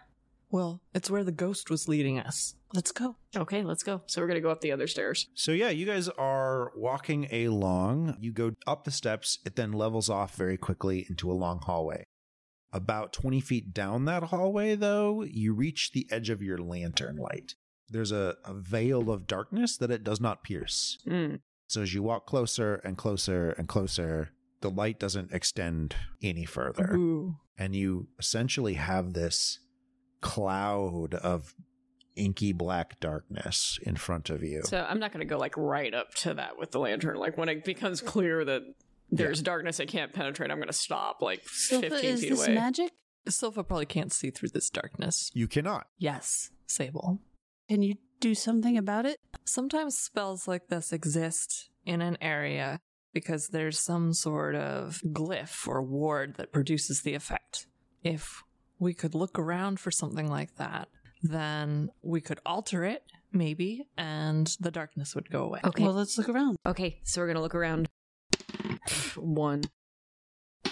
Well, it's where the ghost was leading us. Let's go. okay, let's go. So we're gonna go up the other stairs. So yeah, you guys are walking along. You go up the steps. It then levels off very quickly into a long hallway. About 20 feet down that hallway, though, you reach the edge of your lantern light. There's a, a veil of darkness that it does not pierce. Mm. So as you walk closer and closer and closer, the light doesn't extend any further. Ooh. and you essentially have this cloud of inky black darkness in front of you. So I'm not gonna go like right up to that with the lantern. Like when it becomes clear that there's darkness I can't penetrate, I'm gonna stop like Silva, 15 is feet this away. magic? Silva probably can't see through this darkness. you cannot. Yes, Sable. Can you do something about it? Sometimes spells like this exist in an area because there's some sort of glyph or ward that produces the effect. If we could look around for something like that, then we could alter it, maybe, and the darkness would go away. Okay. Well, let's look around. okay, so we're gonna look around. One.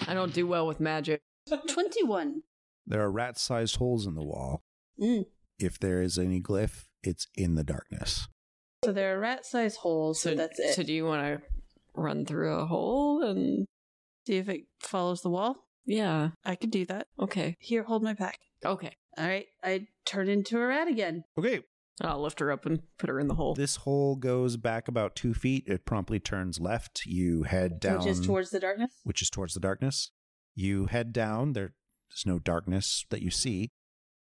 I don't do well with magic. 21. There are rat sized holes in the wall. Mm. If there is any glyph, it's in the darkness. So there are rat sized holes, so, that's it. So do you wanna run through a hole and See if it follows the wall? Yeah. I could do that. Okay. Here, hold my pack. Okay. All right, I turn into a rat again. Okay. I'll lift her up and put her in the hole. This hole goes back about two feet. It promptly turns left. You head down, Which is towards the darkness? which is towards the darkness. You head down. There- There's no darkness that you see.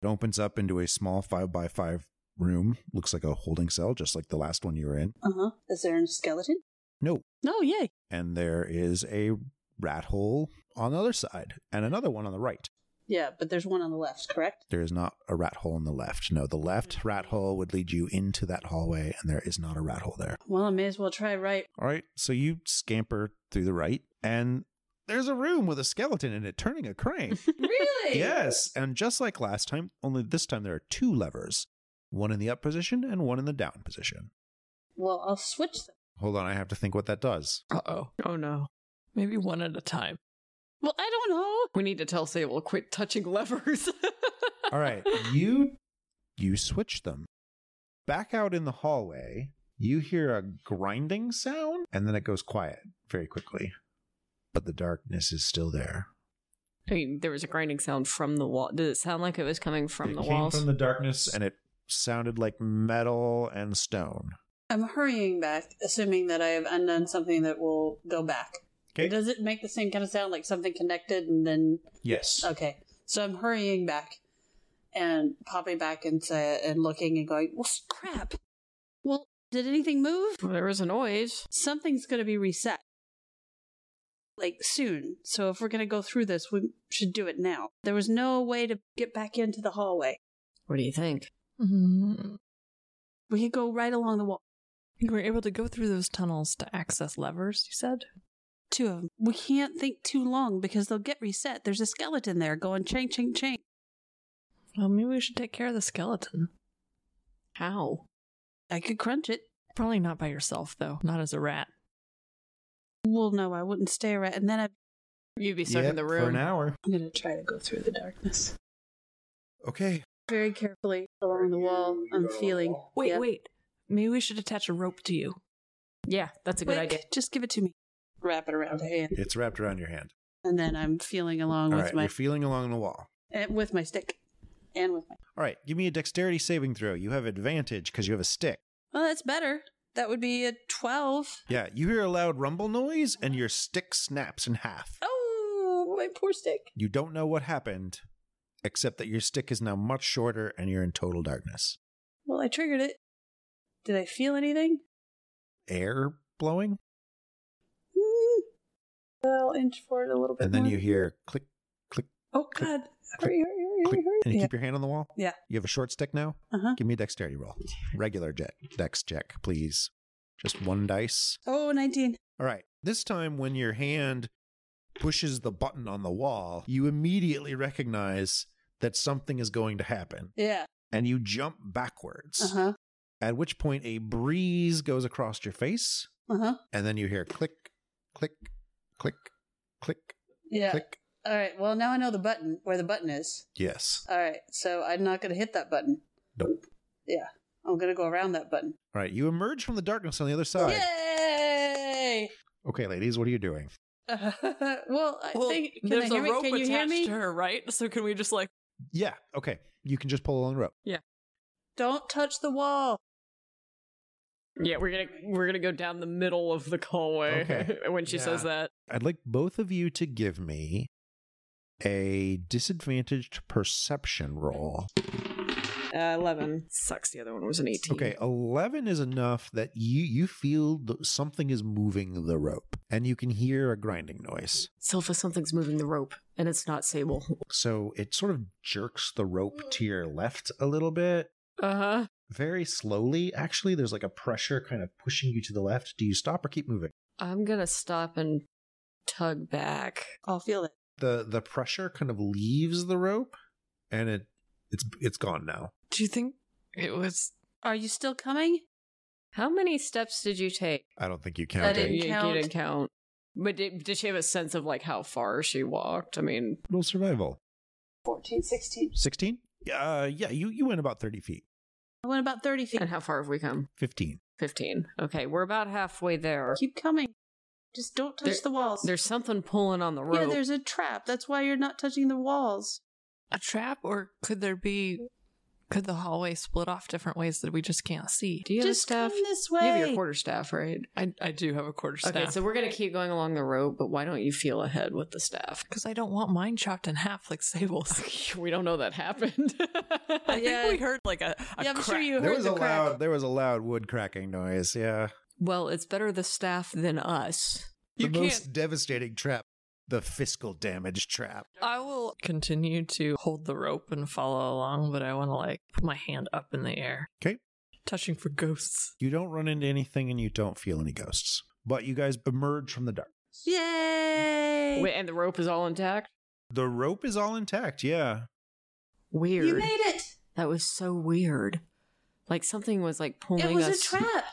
It opens up into a small five by five room. Looks like a holding cell, just like the last one you were in. Uh huh. Is there a skeleton? No. No, Oh, yay. And there is a rat hole on the other side, and another one on the right. Yeah, but there's one on the left, correct? There is not a rat hole on the left. No, the left Mm-hmm. rat hole would lead you into that hallway, and there is not a rat hole there. Well, I may as well try right. All right, so you scamper through the right, and there's a room with a skeleton in it turning a crane. really? yes, and just like last time, only this time there are two levers one in the up position and one in the down position. Well, I'll switch them. Hold on, I have to think what that does. Uh oh. Oh no. Maybe one at a time. Well, I don't know. We need to tell Sable quit touching levers. All right, you you switch them. Back out in the hallway, you hear a grinding sound and then it goes quiet very quickly. But the darkness is still there. I mean, there was a grinding sound from the wall. Did it sound like it was coming from it the came walls? from the darkness and it sounded like metal and stone. I'm hurrying back, assuming that I have undone something that will go back. Okay. Does it make the same kind of sound like something connected and then yes. Okay, so I'm hurrying back and popping back into and looking and going, well, crap. Well, did anything move? there was a noise. Something's going to be reset. Like soon. So if we're going to go through this, we should do it now. There was no way to get back into the hallway. What do you think? Mhm. We could go right along the wall. You were able to go through those tunnels to access levers, you said? Two of them. We can't think too long because they'll get reset. There's a skeleton there going ching, ching, ching. Well, maybe we should take care of the skeleton. How? I could crunch it. Probably not by yourself, though. Not as a rat. Well, no, I wouldn't stare at And then I- You'd be stuck Yep, in the For an room. hour. I'm going to try to go through the darkness. Okay. very carefully along the wall. I'm feeling. Wait, Yep. wait. Maybe we should attach a rope to you. Yeah, that's a good Quick, idea. Just give it to me. Wrap it around a hand, It's wrapped around your hand. and then I'm feeling along All with right, my you're feeling along the wall. and with my stick, and with my. All right, give me a dexterity saving throw. You have advantage because you have a stick. Well, that's better. That would be a twelve. Yeah, you hear a loud rumble noise and your stick snaps in half. Oh, my poor stick. You don't know what happened, except that your stick is now much shorter and you're in total darkness. Well, I triggered it. Did I feel anything? Air blowing, Hmm. I'll inch forward a little bit. and then more. you hear click, Oh God! Hurry, hurry, hurry, click, hurry, hurry! and you Yeah. keep your hand on the wall. Yeah. You have a short stick now. Uh huh. Give me a dexterity roll. Regular jet dex check, please. Just one dice. Oh, 19. All right. This time, when your hand pushes the button on the wall, you immediately recognize that something is going to happen, Yeah. and you jump backwards. Uh huh. At which point, a breeze goes across your face, Uh huh. and then you hear click, click, click, click, Yeah. click. All right. Well, now I know the button where the button is. Yes. All right, so I'm not going to hit that button. Nope. Yeah, I'm going to go around that button. All right. You emerge from the darkness on the other side. Yay! Okay, ladies, what are you doing? well, I think can I there's a hear me? rope Can you attached hear me? to her, right? So can we just like Yeah. Okay. You can just pull along the rope. Don't touch the wall. Yeah, we're gonna we're gonna go down the middle of the hallway Okay. when she says Yeah. that. I'd like both of you to give me a disadvantaged perception roll. Uh, Eleven sucks. The other one was an eighteen. Okay, 11 is enough that you you feel th- something is moving the rope and you can hear a grinding noise. Sylpha, something's moving the rope, and it's not Sable. So it sort of jerks the rope to your left a little bit, Uh huh. very slowly actually. There's like a pressure kind of pushing you to the left. Do you stop or keep moving? I'm gonna stop and tug back. I'll feel it. The the pressure kind of leaves the rope and it it's it's gone now. Do you think it was Are you still coming? How many steps did you take? I don't think you I count didn't it. You- you count. didn't count. But did, did she have a sense of like how far she walked? I mean, Roll survival. 14, 16. 16? Uh yeah, you you went about 30 feet. I went about 30 feet. and how far have we come? 15. Fifteen. Okay, we're about halfway there. Keep coming. Just don't touch There- the walls. There's something pulling on the rope. yeah, there's a trap. That's why you're not touching the walls. A trap, or could there be? Could the hallway split off different ways that we just can't see? Do you have a Just staff? come this You have way. your quarter staff, right? I, I do have a quarter staff. Okay, so we're gonna keep going along the rope, but why don't you feel ahead with the staff? because I don't want mine chopped in half like Sable's. we don't know that happened. I think we heard like a, a yeah, I'm sure crack. you There heard was the a crack. loud there was a loud wood cracking noise, yeah. well, it's better the staff than us. The You most can't- devastating trap. The fiscal damage trap. I will continue to hold the rope and follow along, but I want to like put my hand up in the air. 'Kay. Touching for ghosts. You don't run into anything and you don't feel any ghosts. But you guys emerge from the dark. Yay! Wait, and the rope is all intact. The rope is all intact, yeah. Weird. you made it. that was so weird. Like something was like pulling It was us. a trap.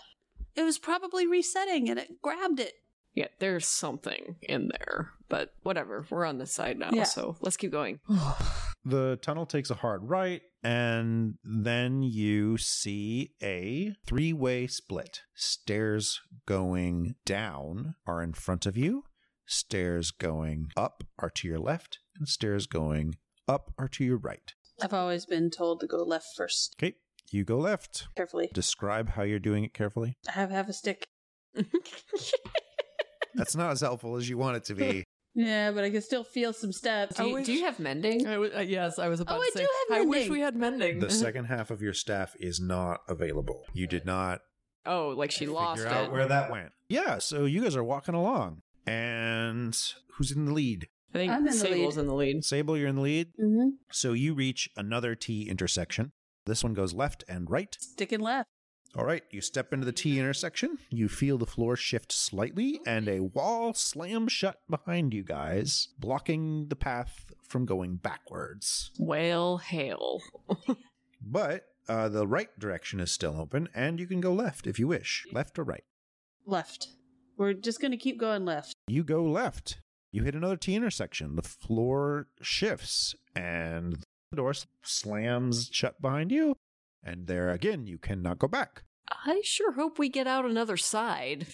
It was probably resetting, and it grabbed it. Yeah, there's something in there, but whatever. We're on this side now, Yeah. so let's keep going. The tunnel takes a hard right, and then you see a three way split. Stairs going down are in front of you, stairs going up are to your left, and stairs going up are to your right. I've always been told to go left first, Okay, you go left. carefully. Describe how you're doing it carefully. I have have a stick. That's not as helpful as you want it to be. Yeah, but I can still feel some steps. Do you, do you have mending? I w- uh, yes, I was about Oh, to I say. do have I wish mending. we had mending. The second half of your staff is not available. You did not Oh, like she lost figure out it. where that went. Yeah, so you guys are walking along. And who's in the lead? I think I'm in the Sable's lead. in the lead. Sable, you're in the lead. mm-hmm. So you reach another T intersection. This one goes left and right. Stick and left. All right, you step into the T intersection. You feel the floor shift slightly and a wall slam shut behind you guys, blocking the path from going backwards. Whale hail. But uh, the right direction is still open and you can go left if you wish. Left or right. Left. We're just going to keep going left. You go left. You hit another T intersection. The floor shifts and the door s- slams shut behind you. And there again, you cannot go back. I sure hope we get out another side.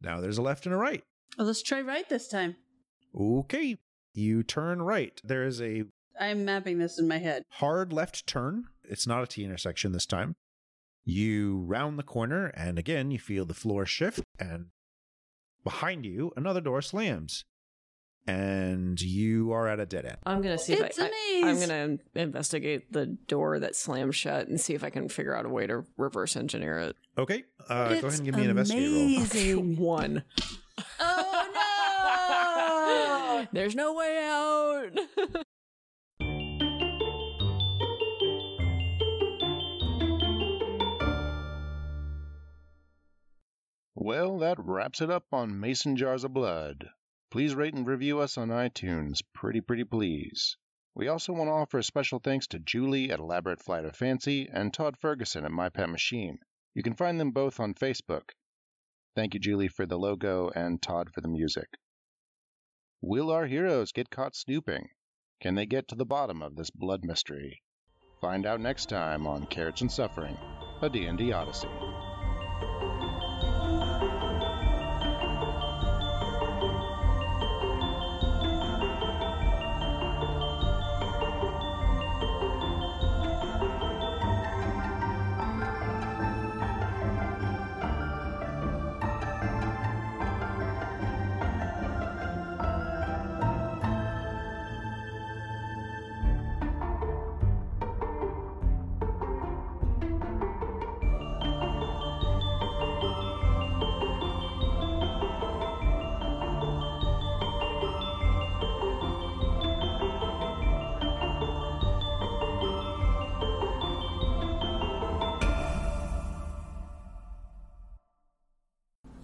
Now there's a left and a right. Well, let's try right this time. Okay. You turn right. There is a I'm mapping this in my head. hard left turn. It's not a T intersection this time. You round the corner, and again, you feel the floor shift, and behind you, another door slams. And you are at a dead end. I'm gonna see It's if a I, I am maze. gonna investigate the door that slammed shut and see if I can figure out a way to reverse engineer it. Okay. Uh, go ahead It's and give me an investigate roll. amazing. One. Oh, no! There's no way out. Well, that wraps it up on Mason Jars of Blood. Please rate and review us on iTunes. Pretty, pretty please. We also want to offer a special thanks to Julie at Elaborate Flight of Fancy and Todd Ferguson at My Pet Machine. You can find them both on Facebook. Thank you, Julie, for the logo and Todd for the music. Will our heroes get caught snooping? Can they get to the bottom of this blood mystery? Find out next time on Carrots and Suffering, a D&D Odyssey.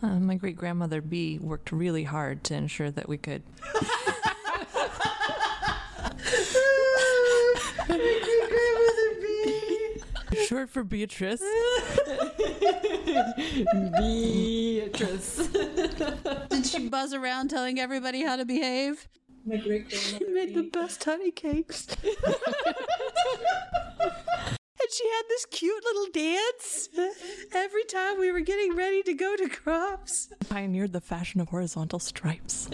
Uh, my great grandmother B worked really hard to ensure that we could. Short for Beatrice. Did she buzz around telling everybody how to behave? My great grandmother made the best honey cakes. and and she had this cute little dance every time we were getting ready to go to crops. Pioneered the fashion of horizontal stripes.